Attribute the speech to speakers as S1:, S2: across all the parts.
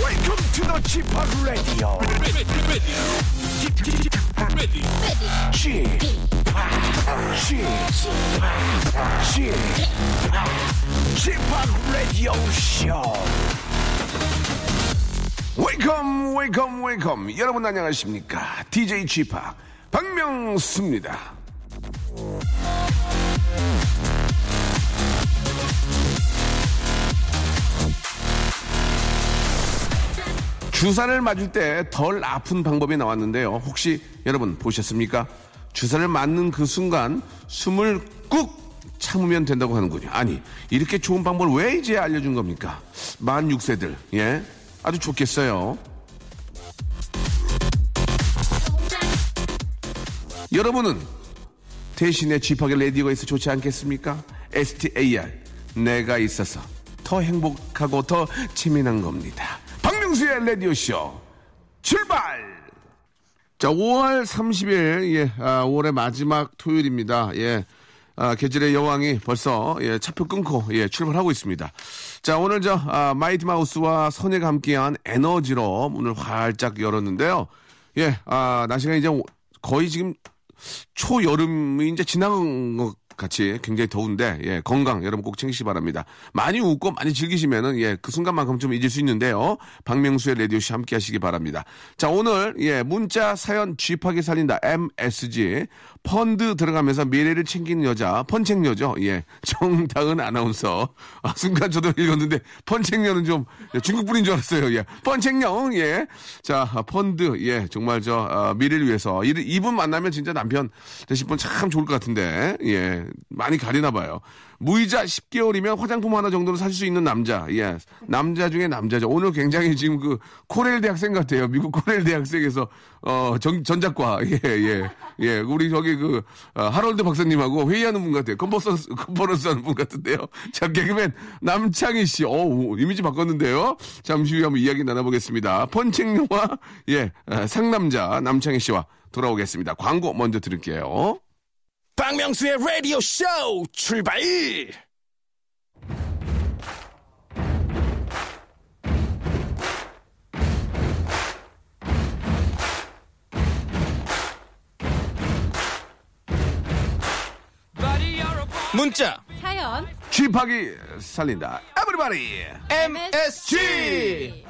S1: Welcome to the g p Hop Radio.
S2: ready, ready, ready, ready.
S1: g p Hop, g p Hop, g p Hop Radio Show. Welcome, welcome, welcome. 여러분 안녕하십니까? DJ g p Hop 박명수입니다. 주사를 맞을 때 덜 아픈 방법이 나왔는데요. 혹시 여러분 보셨습니까? 주사를 맞는 그 순간 숨을 꾹 참으면 된다고 하는군요. 아니, 이렇게 좋은 방법을 왜 이제 알려준 겁니까? 만 6세들, 예? 아주 좋겠어요. 여러분은 대신에 쥐팍의 레디오가 있어 좋지 않겠습니까? STAR 내가 있어서 더 행복하고 더 재미난 겁니다. 박명수의 레디오 쇼 출발! 자, 5월 30일, 예, 아, 5월의 마지막 토요일입니다. 예, 아, 계절의 여왕이 벌써, 예, 차표 끊고, 예, 출발하고 있습니다. 자, 오늘 저, 아, 마이티 마우스와 선예가 함께한 에너지로 문을 활짝 열었는데요. 예, 아, 날씨가 이제 오- 거의 지금 초여름이 이제 지나간 것 같이 굉장히 더운데, 예, 건강 여러분 꼭 챙기시기 바랍니다. 많이 웃고 많이 즐기시면은, 예, 그 순간만큼 좀 잊을 수 있는데요. 박명수의 라디오씨 함께 하시기 바랍니다. 자, 오늘, 예, 문자 사연 쥐파기 살린다. MSG. 펀드 들어가면서 미래를 챙기는 여자, 펀책녀죠. 예, 정다은 아나운서. 아, 순간 저도 읽었는데, 펀책녀는 좀 중국 분인 줄 알았어요. 예, 펀책녀, 예. 자, 아, 펀드, 예, 정말 저, 아, 미래를 위해서. 이, 이분 만나면 진짜 남편 되실 분 참 좋을 것 같은데, 예, 많이 가리나 봐요. 무이자 10개월이면 화장품 하나 정도는 살 수 있는 남자, 예, 남자 중에 남자죠. 오늘 굉장히 지금 그 코렐 대학생 같아요. 미국 코렐 대학생에서, 어, 전, 전작과, 예, 예, 예, 우리 저기 그, 어, 하롤드 박사님하고 회의하는 분 같아요. 컨퍼런스, 컨퍼런스 하는 분 같은데요. 자, 개그맨 남창희 씨, 어우, 이미지 바꿨는데요. 잠시 후에 한번 이야기 나눠보겠습니다. 펀칭 영화, 예, 아, 상남자 남창희 씨와 돌아오겠습니다. 광고 먼저 들을게요.
S3: 박명수의 라디오 쇼 출발! 문자
S4: 사연
S1: 쥐파기 살린다. 에브리바디!
S4: 네.
S3: MSG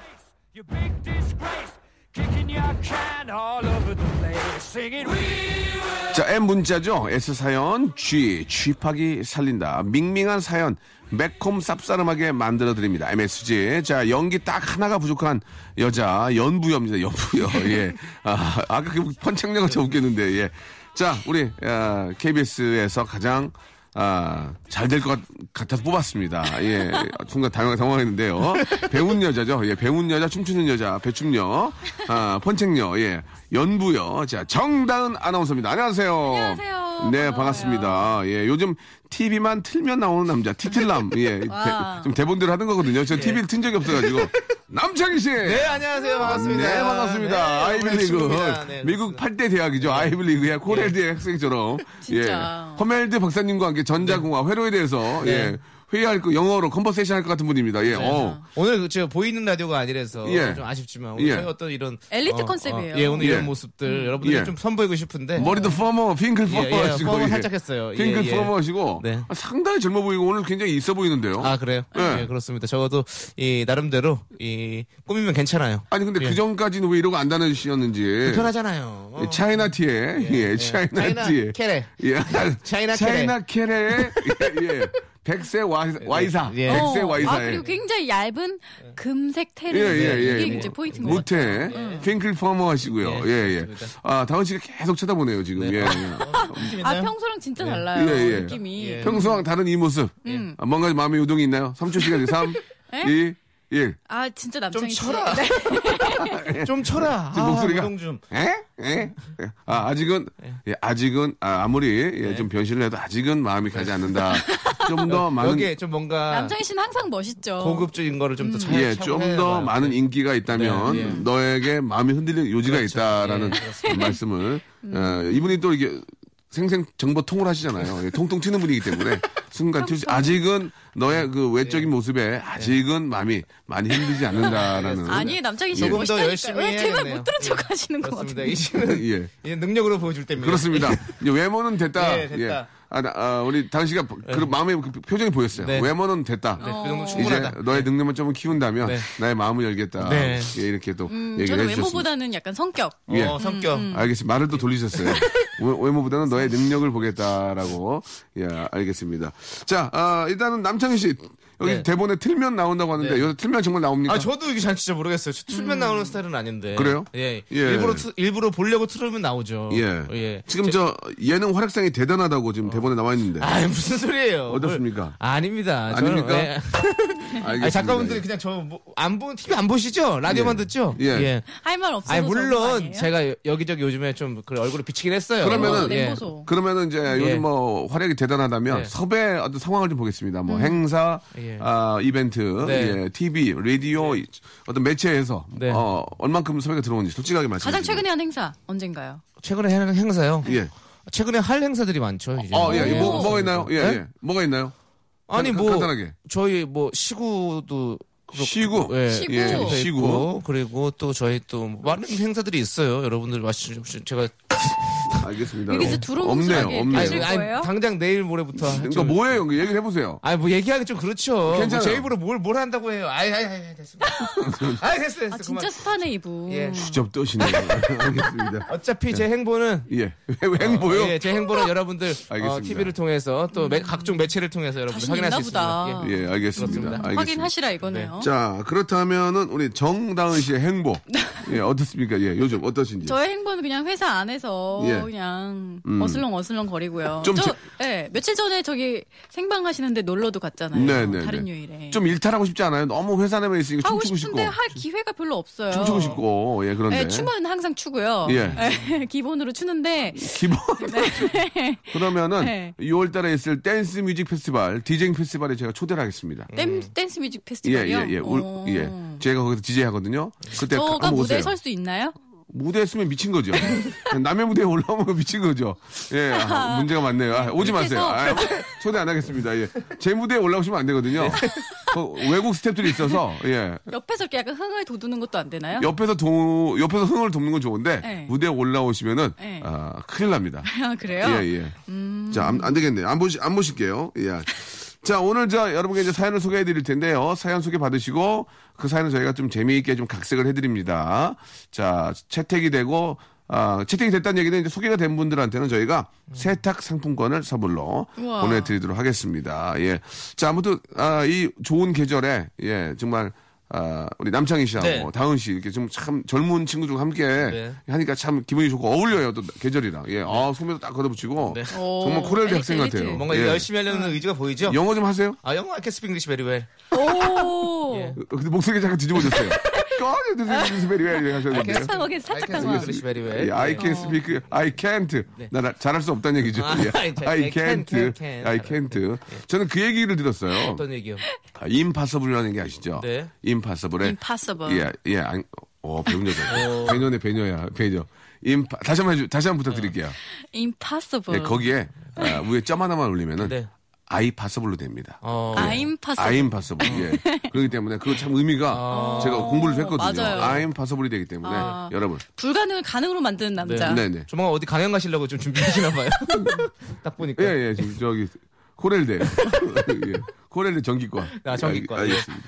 S5: You big disgrace, kicking your can all over the place, singing "We will."
S1: 자, M 문자죠. S 사연, G, 쥐파기 살린다. 밍밍한 사연, 매콤 쌉싸름하게 만들어드립니다. MSG. 자, 연기 딱 하나가 부족한 여자, 연부여입니다. 연부여. 예. 아, 아까 그 펀창녀가 저 웃겼는데, 예. 자, 우리, 아, KBS에서 가장 아, 잘 될 것 같아서 뽑았습니다. 예. 순간 당황, 당황했는데요. 배운 여자죠. 예. 배운 여자, 춤추는 여자, 배춤녀, 아, 펀책녀, 예. 연부여. 자, 정다은 아나운서입니다. 안녕하세요.
S4: 안녕하세요.
S1: 네,
S4: 반가워요.
S1: 반갑습니다. 예. 요즘 TV만 틀면 나오는 남자, 티틀남. 예. 대,
S4: 와.
S1: 좀 대본대로 하던 거거든요. 저 TV를 튼 적이 없어가지고. 남창희 씨!
S3: 네 안녕하세요 반갑습니다
S1: 네, 반갑습니다. 아이빌리그. 어,
S6: 네,
S1: 미국 8대 대학이죠.
S6: 예.
S1: 아이빌리그의 코렐대 학생처럼.
S4: 진짜.
S1: 예. 허멜드 박사님과 함께 전자공학
S6: 네.
S1: 회로에 대해서 예. 회의할 거 영어로 컨버세이션 할 것 같은 분입니다. 예. 어.
S6: 오늘 그 제가 보이는 라디오가 아니라서
S1: 예.
S6: 좀 아쉽지만 오늘
S1: 예.
S6: 저희 어떤 이런
S4: 엘리트 컨셉이에요. 음.
S6: 예, 오늘
S1: 예.
S6: 이런 모습들 여러분들이
S1: 예.
S6: 좀 선보이고 싶은데
S1: 머리도 퍼머, 핑클 퍼머
S6: 네. 예, 예,
S1: 하시고.
S6: 퍼머 살짝 했어요. 예,
S1: 핑클
S6: 예.
S1: 퍼머 하시고.
S6: 네.
S1: 아, 상당히 젊어 보이고 오늘 굉장히 있어 보이는데요.
S6: 아 그래요?
S1: 예.
S6: 예. 그렇습니다. 적어도 이 나름대로 이 꾸미면 괜찮아요.
S1: 니 근데
S6: 예.
S1: 그 전까지는 왜 이러고 안 다니셨는지.
S6: 편하잖아요. 어.
S1: 예. 차이나 티에. 예. 차이나
S6: 차이나
S1: 티에.
S6: 캐레.
S1: 예.
S6: 차이나
S1: 차이나 캐레. 예. 예. 백세 와- 와이사.
S6: 예.
S1: 백세
S4: 어,
S1: 와이사에.
S4: 아 그리고 굉장히 얇은 금색 테레스
S1: 예, 예, 예.
S4: 이게
S6: 뭐
S4: 이제 포인트인 것 같아요. 음.
S1: 못해. 핑클 퍼머 하시고요. 예, 예. 아, 다은 씨가 계속 쳐다보네요, 지금. 예,
S6: 음.
S1: 예.
S6: 느낌
S4: 아
S6: 있나요?
S4: 평소랑 진짜 달라요
S1: 예, 예.
S4: 느낌이.
S6: 예.
S1: 평소랑 다른 이 모습. 아, 뭔가 마음에 요동이 있나요? 3초 시간 3,
S4: 예?
S1: 2, 1.
S4: 아 진짜 네, 남창이
S6: 좀 쳐라. 좀 쳐라.
S1: 예. 지금
S6: 아,
S1: 목소리가-
S6: 운동 좀. 네.
S1: 에? 에? 아, 아직은, 예, 아직은, 아, 아무리, 예, 좀 변신을 해도 아직은 마음이 가지 않는다. 좀 더 많은,
S6: 여기에 좀 뭔가
S4: 남창희 씨는 항상 멋있죠.
S6: 고급적인 거를 좀더 음.
S1: 예, 좀 더 많은 인기가 있다면
S6: 네, 예.
S1: 너에게 마음이 흔들리는 요지가 있다라는 말씀을, 어, 이분이 또 이게 생생 정보 통을 하시잖아요. 예, 통통 튀는 분이기 때문에 순간 튈수 아직은 너의 그 외적인 모습에 아직은 마음이 많이 힘들지 않는다라는
S4: 아니 남창희 씨
S1: 예.
S6: 조금 더
S4: 멋있다니까요.
S6: 열심히
S4: 왜 제발
S6: 해야겠네요. 예.
S4: 못 들은 척 하시는 것
S6: 그렇습니다.
S4: 같은데.
S6: 이 씨는
S1: 예.
S6: 이제 능력으로 보여줄 때입니다.
S1: 그렇습니다. 이제 외모는 됐다.
S6: 네, 됐다.
S1: 예. 아, 나, 아, 우리 당신 씨가 그 마음의 그 표정이 보였어요.
S6: 네.
S1: 외모는 됐다.
S6: 네, 그 정도
S1: 이제
S6: 충분하다.
S1: 너의 능력만 조금 키운다면
S6: 네.
S1: 나의 마음을 열겠다.
S6: 네.
S1: 예, 이렇게 또
S4: 음,
S1: 얘기를
S4: 저는
S1: 해주셨습니다.
S4: 외모보다는 약간 성격.
S1: 예.
S6: 어,
S4: 음,
S6: 성격.
S1: 알겠습니다. 말을 또 돌리셨어요. 외- 외모보다는 너의 능력을 보겠다라고. 예, 알겠습니다. 자, 아, 일단은 남창희 씨. 여기
S6: 네.
S1: 대본에 틀면 나온다고 하는데,
S6: 네.
S1: 여기서 틀면 정말 나옵니까?
S6: 아 저도 이게 잘 진짜 모르겠어요. 저
S4: 음.
S6: 틀면 나오는 스타일은 아닌데.
S1: 그래요?
S6: 예.
S1: 예.
S6: 일부러 틀- 일부러 보려고 틀으면 나오죠.
S1: 예.
S6: 예.
S1: 지금
S6: 제-
S1: 저 예능 활약상이 대단하다고 지금 대본에 나와 있는데.
S6: 아 무슨 소리예요?
S1: 어떻습니까?
S6: 뭘- 아닙니다. 저는-
S1: 아닙니까?
S6: 예.
S1: 알겠습니다.
S6: 아니, 작가분들이
S1: 예.
S6: 그냥 저안본 TV 안 보시죠? 라디오만
S1: 예.
S6: 듣죠?
S1: 예.
S4: 할 말 없어서
S6: 아니
S4: 저런 거
S6: 물론
S4: 아니에요?
S6: 제가 여- 여기저기 요즘에 좀 그래, 얼굴을 비치긴 했어요.
S1: 그러면은-
S6: 예.
S4: 맹고소.
S1: 그러면은 이제
S6: 예.
S1: 요즘 뭐 활약이 대단하다면
S6: 예. 음.
S1: 섭외 어떤 상황을 좀 보겠습니다. 뭐 행사,
S6: 예.
S1: 아, 이벤트,
S6: 네.
S1: 예, TV, 라디오 어떤 매체에서
S6: 네.
S1: 어, 얼만큼 섭외가 들어오는지 솔직하게 말씀해
S6: 예.
S4: 가장
S1: 주세요.
S4: 최근에 한 행사 언젠가요?
S6: 최근에 하는 행사요.
S1: 예.
S6: 최근에 할 행사들이 많죠. 이제.
S1: 어, 예,
S4: 예,
S1: 뭐, 뭐가 있나요? 예,
S6: 네?
S1: 예. 뭐가 있나요?
S6: 아니
S1: 간-
S6: 뭐
S1: 간단하게.
S6: 저희 뭐 시구도 그렇고,
S1: 시구.
S6: 예.
S4: 시구.
S1: 예,
S4: 시구.
S1: 시구.
S6: 있고, 그리고 또 저희 또 많은 행사들이 있어요. 여러분들 마시 제가
S1: 알겠습니다.
S4: 이게 이제
S1: 어,
S4: 두루뭉술하게
S1: 없네요,
S4: 이렇게
S1: 없네요.
S4: 하실 아, 거예요?
S6: 당장 내일 모레부터.
S1: 그러니까
S6: 좀-
S1: 뭐예요? 이거 얘기를 해보세요.
S6: 아니 뭐 얘기하기 좀 그렇죠.
S1: 괜찮아요.
S6: 뭐제 입으로 뭘 뭘 한다고 해요. 아이 아이 아이 됐습니다. 아이 됐어 됐어.
S4: 아 진짜
S6: 그만.
S4: 스타네 이분.
S6: 예.
S1: 직접 떠시네요. 알겠습니다.
S6: 어차피 제 행보는
S1: 예. 왜 행보요?
S6: 예, 제
S4: 아,
S6: 행보는 여러분들
S1: 알겠습니다.
S6: 어, TV를 통해서 또 매- 각종 매체를 통해서 여러분들
S4: 음. 자신
S6: 확인할 수
S4: 있나
S6: 있습니다.
S4: 보다.
S1: 예, 알겠습니다.
S6: 그렇습니다.
S1: 알겠습니다.
S4: 확인하시라 이거네요.
S1: 자, 그렇다면은 우리 정다은 씨의 행보. 예, 어떻습니까? 예, 요즘 어떠신지.
S4: 저의 행보는 그냥 회사 안에서
S1: 예.
S4: 그냥 어슬렁 어슬렁 거리고요.
S1: 좀
S4: 저,
S1: 제-
S4: 예, 며칠 전에 저기 생방 하시는데 놀러도 갔잖아요.
S1: 네, 네,
S4: 다른
S1: 네.
S4: 요일에.
S1: 좀 일탈하고 싶지 않아요? 너무 회사 내면 있으니까
S4: 하고
S1: 춤추고 싶고.
S4: 싶은데 할 기회가 별로 없어요.
S1: 춤추고 싶고. 예, 그런데.
S4: 예, 춤은 항상 추고요.
S1: 예.
S4: 예, 기본으로 추는데
S1: 기본. 그러면은
S4: 네.
S1: 6월 달에 있을 댄스 뮤직 페스티벌, 디제잉 페스티벌에 제가 초대를 하겠습니다.
S4: 댄, 댄스 뮤직
S1: 예,
S4: 페스티벌이요.
S1: 예, 예.
S4: 오.
S1: 울, 예. 제가 거기서 디제이 하거든요. 그때
S4: 저가
S1: 한번
S4: 무대에
S1: 오세요.
S4: 설 수 있나요?
S1: 무대에 쓰면 미친 거죠. 남의 무대에 올라오면 미친 거죠. 예, 아, 문제가 많네요. 아, 오지 마세요. 아, 초대 안 하겠습니다. 예. 제 무대에 올라오시면 안 되거든요. 어, 외국 스탭들이 있어서, 예.
S4: 옆에서 이렇게 약간 흥을 돋우는 것도 안 되나요?
S1: 옆에서 도, 옆에서 흥을 돕는 건 좋은데,
S4: 네.
S1: 무대에 올라오시면은,
S4: 네.
S1: 아, 큰일 납니다.
S4: 아, 그래요? 음.
S1: 예, 예. 자, 안, 안 되겠네요. 안 보시, 안 보실게요. 예. 자, 오늘 저 여러분께 이제 사연을 소개해 드릴 텐데요. 사연 소개 받으시고 그 사연을 저희가 좀 재미있게 좀 각색을 해 드립니다. 자, 채택이 되고 아, 채택이 됐다는 얘기는 이제 소개가 된 분들한테는 저희가 세탁 상품권을 선물로
S4: 우와.
S1: 보내드리도록 하겠습니다. 예. 자, 아무튼, 아, 이 좋은 계절에, 예, 정말, 아, 우리 남창희 씨하고
S6: 네.
S1: 다은 씨 이렇게 좀 참 젊은 친구들과 함께
S6: 네.
S1: 하니까 참 기분이 좋고 어울려요 또 계절이랑 예, 아 소매도 딱 걷어붙이고
S6: 네.
S4: 오,
S1: 정말 코렐드
S4: 엘리트,
S1: 학생
S4: 엘리트.
S1: 같아요.
S6: 뭔가
S1: 예.
S6: 열심히
S4: 음.
S6: 하려는 의지가 보이죠?
S1: 영어 좀 하세요.
S6: 아 영어 I can speak English very well.
S1: 예.
S4: 오.
S6: 예.
S1: 어, 근데 목소리가 잠깐 뒤집어졌어요. 꺼내드세요 베리 웨리 하셨는데.
S4: 살짝하게
S6: I
S4: 살짝
S6: can
S4: 당황.
S6: speak English very well.
S1: 예, I can speak, I can't. 나, 나 잘할 수 없다는 얘기죠.
S6: 아,
S1: 예.
S6: I can,
S1: 네. I
S6: can, can,
S1: can't,
S6: can.
S1: I can't. 저는 그 얘기를 들었어요.
S6: 어떤 얘기요?
S1: 아, 임파서블이라는 게 아시죠?
S6: 네.
S1: 임파서블에
S4: Impossible.
S1: 예, 예. 안, 어, 배운 여자. 배녀네 배녀야. 배녀. 임파 다시 한번 해주, 다시 한번 부탁드릴게요.
S4: Impossible.
S1: 예, 거기에 아, 위에 점 하나만 올리면은
S6: 어. 네.
S1: 아이 파서블로 됩니다.
S6: 어.
S4: I'm possible.
S1: 아임 파서블. 예. 그렇기 때문에 그거 참 의미가
S6: 어.
S1: 제가 공부를 했거든요.
S4: 맞아요.
S1: 아임 파서블이 되기 때문에 여러분.
S4: 불가능을 가능으로 만드는
S6: 아.
S4: 남자.
S1: 네, 네.
S6: 조만간 어디 강연 가시려고 좀 준비하시나 봐요. 딱 보니까.
S1: 예, 예. 지금 저기 코렐대. 예. 코렐대 전기과.
S6: 아, 전기과.
S1: 알- 알겠습니다.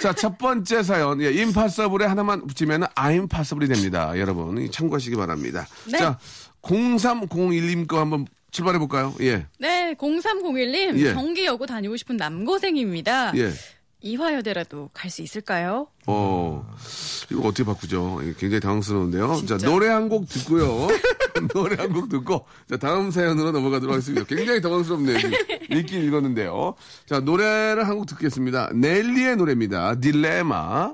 S1: 자, 첫 번째 사연. 예, 임파서블에 하나만 붙이면 아임 파서블이 됩니다. 여러분 참고하시기 바랍니다.
S4: 네.
S1: 자, 0301님 거 한번 출발해 볼까요? 예.
S4: 네, 0301님
S1: 예.
S4: 경기여고 다니고 싶은 남고생입니다.
S1: 예.
S4: 이화여대라도 갈 수 있을까요?
S1: 어, 이거 어떻게 바꾸죠? 이거 굉장히 당황스러운데요.
S4: 진짜.
S1: 자, 노래 한 곡 듣고요. 노래 한 곡 듣고, 자, 다음 사연으로 넘어가도록 하겠습니다. 굉장히 당황스럽네요. 지금. 읽긴 읽었는데요. 자, 노래를 한 곡 듣겠습니다. 넬리의 노래입니다. 딜레마.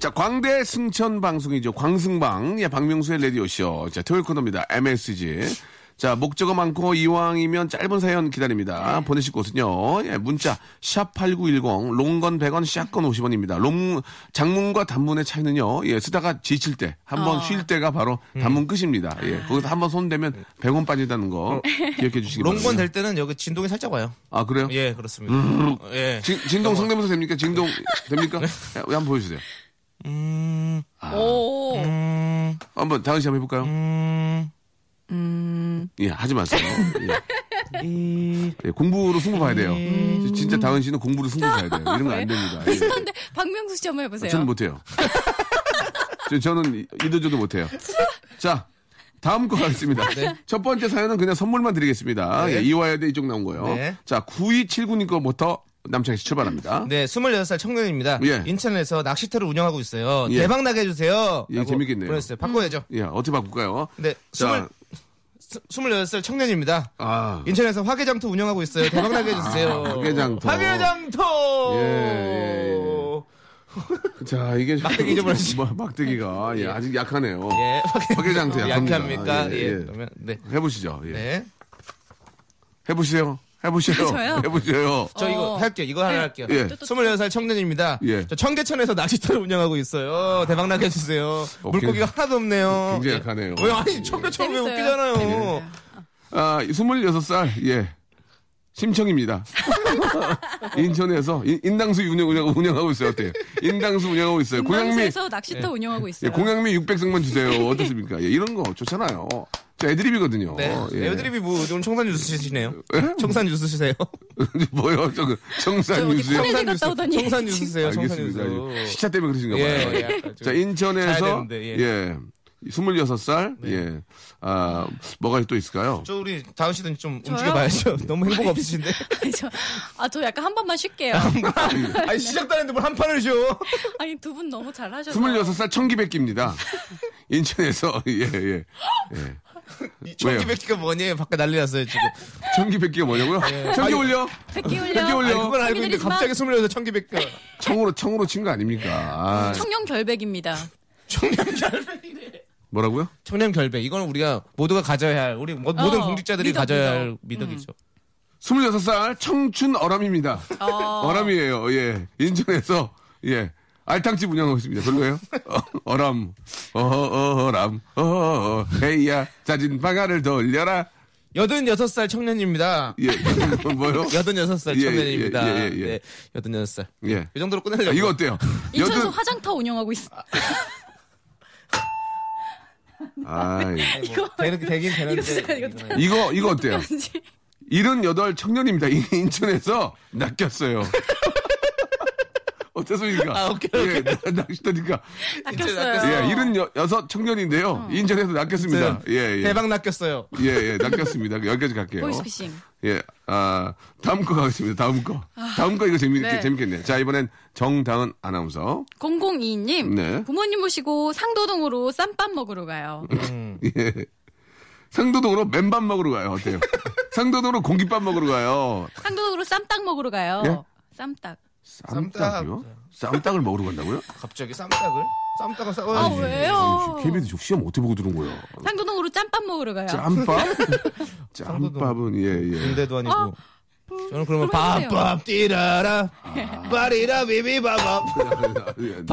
S1: 자, 광대 승천 방송이죠. 광승방. 예, 박명수의 라디오쇼. 자, 토요일 코너입니다. MSG. 자, 목적어 많고 이왕이면 짧은 사연 기다립니다. 보내실 곳은요. 예, 문자 샵8910 롱건 100원 샷건 50원입니다. 롱 장문과 단문의 차이는요. 예, 쓰다가 지칠 때, 한 번
S4: 어.
S1: 쉴 때가 바로
S6: 음.
S1: 단문 끝입니다. 예. 거기서 한 번 손 대면 100원 빠진다는 거 기억해 주시기 바랍니다.
S6: 어. 롱건 될 때는 여기 진동이 살짝 와요.
S1: 아, 그래요?
S6: 예, 그렇습니다.
S1: 음.
S6: 어, 네. 예.
S1: 진, 진동 성대모사 됩니까? 진동 됩니까? 예, 한번 보여 주세요. 아.
S4: 오. 네,
S6: 음,
S1: 한번 다은 씨 한번 해 볼까요?
S6: 음,
S1: 예, 하지 마세요. 예.
S6: 이,
S1: 예, 공부로 승부 봐야 돼요.
S6: 예.
S1: 진짜 다은 씨는 공부로 승부 봐야 돼요. 이런 거 안 됩니다. 예. 아,
S4: 비슷한데 박명수 씨 한번 해보세요.
S1: 저는 뭐, 못해요. 저- 저는 이도저도 못해요. 자, 다음 거 가겠습니다. 첫 번째 사연은 그냥 선물만 드리겠습니다.
S6: 네.
S1: 예, 이화여대 이쪽 나온 거요.
S6: 네.
S1: 자, 9279님 거부터 남창희 씨 출발합니다.
S6: 네, 26살 청년입니다.
S1: 예.
S6: 인천에서 낚시터를 운영하고 있어요.
S1: 예.
S6: 대박 나게 해주세요.
S1: 예,
S6: 라고
S1: 재밌겠네요.
S6: 보냈어요. 바꿔야죠.
S1: 예, 어떻게 바꿀까요?
S6: 네,
S1: 자,
S6: 20, 26살 청년입니다.
S1: 아,
S6: 인천에서 화개장터 운영하고 있어요. 대박 나게 해주세요.
S1: 아, 화개장터.
S6: 화개장터!
S1: 예, 예, 예. 자, 이게 좀-
S6: 막대기 잊어버렸지.
S1: 뭐, 막대기가 예, 아직 약하네요.
S6: 예, 화개장터.
S1: 화개장터
S6: 약해
S1: 약합니다.
S6: 합니까?
S1: 예,
S6: 예,
S1: 예.
S6: 그러면, 네.
S1: 해보시죠. 예.
S6: 네.
S1: 해보세요. 해보세요.
S4: 저요?
S1: 해보세요.
S6: 저 이거
S4: 어.
S6: 할게요. 이거 하나 할게요.
S1: 예.
S6: 26살 청년입니다.
S1: 예.
S6: 저 청계천에서 낚시터를 운영하고 있어요. 대박나게 해주세요.
S1: 어,
S6: 물고기가 하나도 없네요.
S1: 굉장히
S6: 예.
S1: 약하네요.
S6: 왜, 아니, 청계천 왜
S4: 재밌어요.
S6: 웃기잖아요.
S1: 아, 26살, 예. 심청입니다. 인천에서 인, 인당수 운영, 운영, 운영하고 있어요. 어때요? 인당수 운영하고 있어요. 공양미,
S4: 인방수에서 낚시터 운영하고
S1: 예,
S4: 있어요.
S1: 공양미 600승만 주세요. 어떻습니까? 예, 이런 거 좋잖아요. 저 애드립이거든요.
S6: 네.
S1: 예.
S6: 애드립이 뭐, 오늘 청산 유수시네요. 청산 유수시세요.
S1: 뭐요? 저, 그
S4: 저
S1: 청산
S4: 어디
S1: 뉴스요?
S4: 코미디 갔다 오더니
S6: 청산 유수세요. 청산
S1: 알겠습니다. 예.
S6: 유수.
S1: 시차 때문에 그러신가 봐요.
S6: 예, 예. 약간 좀
S1: 자,
S6: 자야
S1: 인천에서,
S6: 되는데,
S1: 예.
S6: 예. 네.
S1: 26살, 예. 아, 뭐가 또 있을까요?
S6: 저 우리 다은 씨도 좀
S4: 저요?
S6: 움직여 봐야죠. 너무 행복 없으신데.
S4: 저, 아, 저 약간 한 번만 쉴게요.
S6: 아니 시작도 안 했는데 뭘 한 판을 쉬어.
S4: 아니, 두 분 너무 잘 하셔서.
S1: 26살 청기백기입니다. 인천에서, 예, 예.
S6: 이 청기백기가 뭐니? 밖에 난리 났어요, 지금.
S1: 청기백기가 뭐냐고요?
S4: 예.
S1: 청기 올려!
S4: 백기
S1: 백기
S4: 훈련.
S1: 올려!
S6: 아니, 그걸 알고 있는데
S4: 재미들이지만-
S6: 갑자기 스물여섯 청기백기가.
S1: 청으로, 청으로 친 거 아닙니까? 아,
S4: 청년 결백입니다.
S1: 뭐라고요?
S6: 청렴 결백. 이건 우리가 모두가 가져야 할, 우리 모-
S4: 어,
S6: 모든 공직자들이
S4: 미덕,
S6: 가져야 할
S4: 미덕.
S6: 미덕이죠.
S4: 음.
S1: 26살 청춘 어람입니다.
S4: 어.
S1: 어람이에요, 예. 인천에서, 예. 알탕집 운영하고 있습니다. 별로예요? 어, 람 어, 어, 어람, 어, 어, 헤이야, 자진 방아를 돌려라.
S6: 여든 여섯 살 청년입니다.
S1: 예, 뭐요?
S6: 여든 여섯 살
S1: 예,
S6: 청년입니다.
S1: 예, 예, 예, 예.
S6: 네, 여든 여섯 살.
S1: 예.
S6: 이 정도로 끝내려고.
S1: 아, 이거 어때요?
S4: 인천에서 화장터 운영하고 있어.
S1: 아, 예.
S6: 뭐 되는 되긴
S4: 이거
S6: 되는데. 예.
S4: 진짜 이거
S1: 이거, 이거 어때요?
S4: 뭔지.
S1: 78 청년입니다. 이- 인천에서 낚였어요. 어땠습니까?
S6: 아, 오케이, 오케이.
S1: 예, 나- 낚시터니까.
S4: 낚였어요. 어.
S1: 예, 76 청년인데요. 인천에서 낚였습니다. 예, 예.
S6: 대박 낚였어요.
S1: 예, 예, 낚였습니다. 여기까지 갈게요.
S4: 보이스피싱.
S1: 예, 아, 다음 거 가겠습니다. 다음 거. 다음 거 이거 재밌,
S4: 네.
S1: 재밌겠네요. 자, 이번엔 정다은 아나운서.
S4: 002님
S1: 네.
S4: 부모님 모시고 상도동으로 쌈밥 먹으러 가요.
S1: 예. 상도동으로 맨밥 먹으러 가요. 어때요? 상도동으로 공깃밥 먹으러 가요.
S4: 상도동으로 쌈딱 먹으러 가요.
S1: 예?
S4: 쌈딱.
S1: 쌈딱이요? 쌈딱을 먹으러 간다고요?
S6: 갑자기 쌈닭을? 쌈닭을
S4: 아
S6: 싸워야지.
S4: 왜요?
S1: KBS 저 시험 어떻게 보고 들은 거예요?
S4: 상도동으로 짬밥 먹으러 가요.
S1: 짬밥?
S4: 그러니까.
S1: 짬밥은 예, 예.
S6: 군대도 아니고.
S4: 아,
S6: 저는 그러면
S4: 그러면
S6: 밥밥 띠라라
S1: 아.
S6: 빠리라 비비밥밥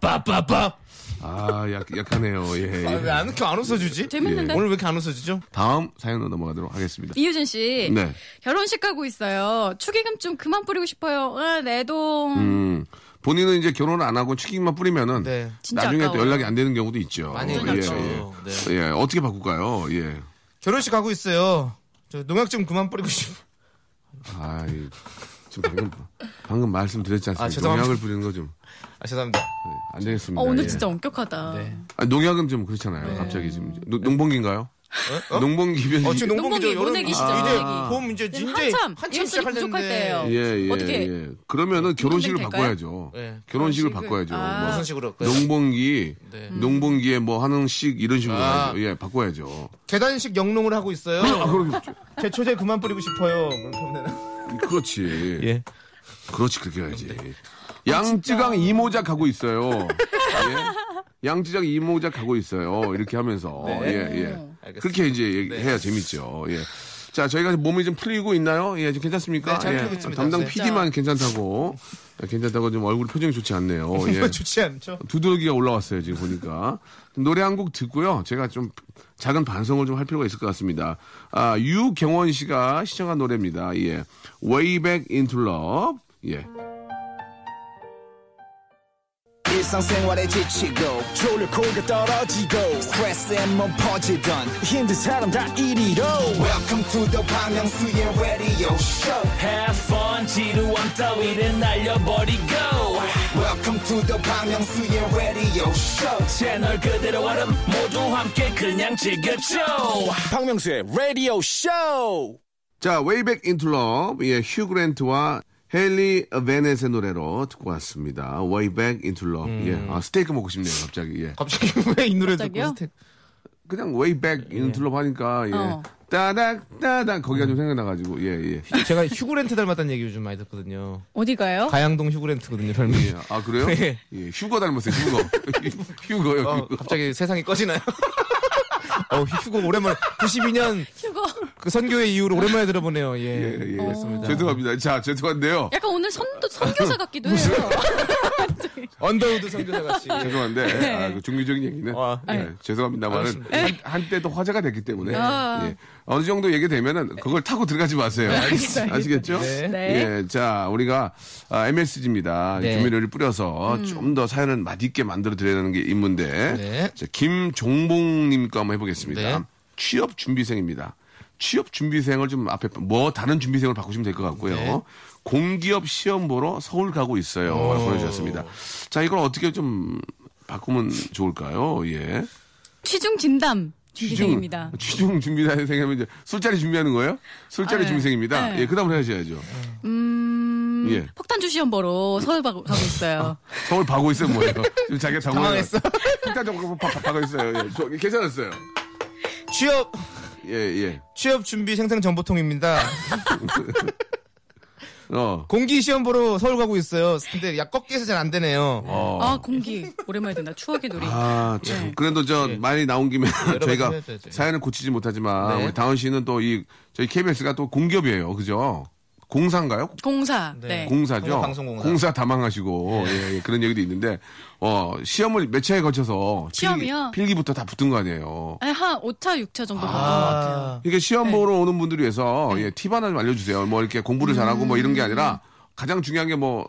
S6: 밥밥밥밥
S1: 예.
S6: 아,
S1: 아, 약, 약하네요. 예, 예.
S6: 왜안 이렇게 안 웃어주지?
S4: 재밌는데?
S6: 오늘 왜 이렇게 안 웃어주죠?
S1: 다음 사연으로 넘어가도록 하겠습니다.
S4: 이유진 씨
S1: 네.
S4: 결혼식 가고 있어요. 축의금 좀 그만 뿌리고 싶어요. 아, 내동
S1: 음, 본인은 이제 결혼을 안 하고 축의금만 뿌리면은
S6: 네.
S4: 진짜
S1: 나중에 또
S4: 아까워요.
S1: 연락이 안 되는 경우도 있죠.
S6: 많이
S1: 예,
S6: 그렇죠.
S1: 예.
S6: 네.
S1: 예, 어떻게 바꿀까요? 예.
S6: 결혼식 가고 있어요. 저 농약 좀 그만 뿌리고 싶어.
S1: 아이, 지금 방금, 방금 말씀드렸지 않습니까?
S6: 아, 죄송합니다.
S1: 농약을 뿌리는 거 좀.
S6: 아 죄송합니다.
S1: 예, 안 되겠습니다.
S4: 어, 오늘
S1: 예.
S4: 진짜 엄격하다.
S6: 네.
S1: 아, 농약은 좀 그렇잖아요. 갑자기 지금. 노- 농번기인가요? 농번기 변이.
S6: 어 지금 농공기
S4: 농공기 모내기 시절,
S6: 이제
S4: 모내기.
S6: 봄 이제 이제
S4: 한참,
S6: 한참
S4: 일손이
S6: 시작할
S4: 부족할
S6: 텐데.
S4: 때예요.
S1: 예, 예,
S4: 어떻게-
S1: 예. 그러면은 결혼식을
S4: 될까요?
S1: 바꿔야죠.
S6: 네.
S1: 결혼식을
S4: 결혼식을-
S1: 바꿔야죠.
S4: 아.
S1: 뭐
S6: 무슨 식으로 할까요?
S1: 농번기,
S6: 네.
S1: 농번기에 뭐 하는 식 이런 식으로
S6: 아.
S1: 가야죠. 예, 바꿔야죠.
S6: 계단식 영농을 하고 있어요.
S1: 아, 그럼
S6: 제 초제 그만 뿌리고 싶어요. 그렇게 하면 되나?
S1: 그렇지.
S6: 예.
S1: 그렇지 그렇게 해야지.
S6: 네.
S1: 양쯔강 이모작 하고 있어요. 예? 양쯔강 이모작 하고 있어요. 이렇게 하면서 예 예.
S6: 네. 음. 알겠습니다.
S1: 그렇게 이제 얘기-
S6: 네.
S1: 해야 재밌죠. 예. 자, 저희가 몸이 좀 풀리고 있나요? 예, 지금 괜찮습니까?
S6: 네, 잘
S1: 예.
S6: 풀리고 있습니다.
S1: 담당
S6: 네.
S1: PD만 괜찮다고. 예, 괜찮다고 지금 얼굴 표정이 좋지 않네요. 예.
S6: 정말 좋지 않죠?
S1: 두드러기가 올라왔어요, 지금 보니까. 노래 한 곡 듣고요. 제가 좀 작은 반성을 좀 할 필요가 있을 것 같습니다. 아, 유경원 씨가 시청한 노래입니다. 예. Way Back into Love. 예.
S7: 일상생활에 지치고, 졸려 코가 떨어지고, 스트레스에 몸 퍼지던, 힘든 사람 다 이리로. welcome to the Bang Myung-soo's radio show
S5: Have fun 지루한 따위를 날려버리고
S7: welcome to the Bang Myung-soo's radio show
S5: 채널 그대로 와름 모두 함께 그냥 즐겨줘
S3: 박명수의 라디오 쇼.
S1: 자, Way Back into Love. 예, 휴 그랜트와 헨리 베넷의 노래로 듣고 왔습니다. Way Back into Love.
S6: 음.
S1: 예. 아, 스테이크 먹고 싶네요, 갑자기. 예.
S6: 갑자기 왜 이 노래 듣고
S4: 갑자기요?
S6: 스텝-
S1: 그냥 Way Back into Love 하니까, 예.
S4: 어.
S1: 따닥, 따닥. 거기가
S6: 음.
S1: 좀 생각나가지고, 예, 예.
S6: 제가 휴그랜트 닮았다는 얘기 요즘 많이 듣거든요.
S4: 어디가요?
S6: 가양동 휴그랜트거든요, 별명이.
S1: 예. 아, 그래요?
S6: 네.
S1: 예, 휴거 닮았어요, 휴거. 휴거요,
S6: 어,
S1: 휴거.
S6: 갑자기 세상이 꺼지나요? 어, 휴고 오랜만에 92년
S4: 휴거.
S6: 그 선교회 이후로 오랜만에 들어보네요. 예.
S1: 예, 예.
S6: 그렇습니다.
S1: 죄송합니다. 자, 죄송한데요.
S4: 약간 오늘 선, 선교사 같기도 해요.
S6: 언더우드 선교사 같이.
S1: 죄송한데 아, 그 종교적인 얘기는
S6: 아,
S1: 예,
S6: 네.
S1: 죄송합니다만은
S6: 알겠습니다.
S1: 한- 한때도 화제가 됐기 때문에
S4: 아.
S1: 예, 어느 정도 얘기되면은 그걸 타고 들어가지 마세요.
S4: 알겠습니다.
S1: 아시겠죠?
S6: 네.
S4: 네.
S1: 예, 자 우리가 아, MSG입니다.
S6: 네.
S1: 조미료를 뿌려서 좀 더 사연을 맛있게 만들어 드려야 되는 게 임무인데
S6: 네.
S1: 자, 김종봉님 거 한번 해보겠습니다.
S6: 네.
S1: 취업 준비생입니다. 취업 준비생을 좀 앞에 뭐 다른 준비생을 바꾸시면 될 것 같고요.
S6: 네.
S1: 공기업 시험 보러 서울 가고 있어요. 라고 보내주셨습니다. 자, 이걸 어떻게 좀 바꾸면 좋을까요? 예.
S4: 취중 진담 준비생입니다.
S1: 취중 준비생이면 이제 술자리 준비하는 거예요? 술자리
S4: 아, 네.
S1: 준비생입니다.
S4: 네.
S1: 예, 그 다음으로 하셔야죠.
S4: 음,
S1: 예.
S4: 폭탄주 시험 보러 서울 가고 가고 있어요.
S1: 서울 바고 있어요, 뭐예요? 지금 자기가 당황
S6: 당황했어.
S1: 일단 좀 바- 바- 바고 있어요. 예. 저- 괜찮았어요.
S6: 취업
S1: 예, 예.
S6: 취업 준비 생생 정보통입니다.
S1: 어.
S6: 공기 시험 보러 서울 가고 있어요. 근데 약 꺾기에서 잘 안 되네요.
S4: 아 공기 오랜만에 된다. 추억의 놀이.
S1: 아, 참.
S4: 예.
S1: 그래도 저 많이 나온 김에 저희가
S6: 가지 해줘야죠.
S1: 사연을 고치지 못하지만
S6: 네.
S1: 우리 다은 씨는 또 이 저희 KBS가 또 공기업이에요. 그죠? 공사인가요?
S4: 공사. 네.
S1: 공사죠.
S6: 방송공사.
S1: 담황하시고 예, 예, 그런 얘기도 있는데 어 시험을 몇 차에 걸쳐서
S4: 시험이요?
S1: 필기, 부터다 붙은 거 아니에요.
S4: 아니, 한 5차 6차 정도 본것 같아요.
S1: 이게
S4: 네.
S1: 시험 보러 오는 분들 위해서 예, 팁 하나 좀 알려주세요. 뭐 이렇게
S4: 음.
S1: 공부를 잘하고 뭐 이런 게 아니라 가장 중요한 게 뭐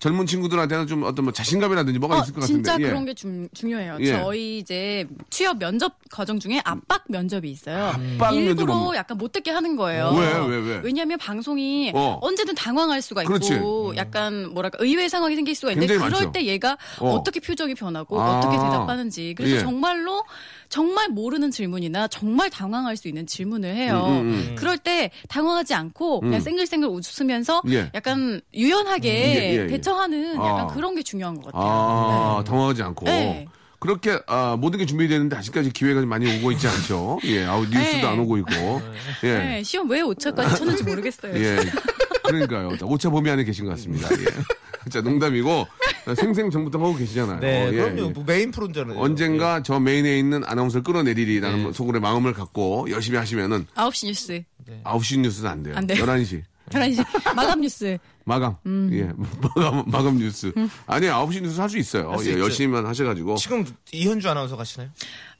S1: 젊은 친구들한테는 좀 어떤 뭐 자신감이라든지 뭐가
S4: 어,
S1: 있을 것 같은데.
S4: 진짜
S1: 예.
S4: 그런 게 중, 중요해요.
S1: 예.
S4: 저희 이제 취업 면접 과정 중에 압박 면접이 있어요.
S1: 압박 면접은
S4: 일부러
S1: 없-
S4: 약간 못 듣게 하는 거예요.
S1: 왜, 왜, 왜?
S4: 냐하면 방송이
S1: 어.
S4: 언제든 당황할 수가 있고
S1: 그렇지. 음.
S4: 약간 뭐랄까 의외의 상황이 생길 수가 있는데
S1: 굉장히
S4: 그럴
S1: 많죠.
S4: 때 얘가
S1: 어.
S4: 어. 떻게 표정이 변하고
S1: 아.
S4: 어떻게 대답하는지 그래서
S1: 예.
S4: 정말로 정말 모르는 질문이나 정말 당황할 수 있는 질문을 해요.
S1: 음,
S4: 그럴 때 당황하지 않고 그냥 생글생글 웃으면서
S1: 예.
S4: 약간 유연하게
S1: 예, 예, 예.
S4: 대처하는 약간
S1: 아.
S4: 그런 게 중요한 것 같아요.
S1: 아, 당황하지 않고.
S4: 네.
S1: 그렇게 아, 모든 게 준비되는데 아직까지 기회가 좀 많이 오고 있지 않죠? 예, 아우 뉴스도
S4: 네.
S1: 안 오고 있고, 예,
S4: 네, 시험 왜 5차까지 쳤는지 모르겠어요.
S1: 예, 그러니까요. 자, 오차 범위 안에 계신 것 같습니다. 예. 자, 농담이고 생생 정부터 하고 계시잖아요.
S6: 네,
S1: 어, 예,
S6: 그럼요. 예.
S1: 예.
S6: 뭐 메인 프로잖아요.
S1: 언젠가 저 메인에 있는 아나운서를 끌어내리리라는
S6: 네.
S1: 속으로의 마음을 갖고 열심히 하시면은
S4: 9시 뉴스,
S6: 네.
S1: 9시 뉴스는 안 돼요.
S4: 안 돼요.
S1: 11시.
S4: 11시 마감 뉴스.
S1: 마감. 예. 마감, 마감 뉴스. 아니, 9시 뉴스 할 수 있어요.
S6: 할수
S1: 예,
S6: 있죠.
S1: 열심히만 하셔가지고.
S6: 지금 이현주 아나운서 가시나요?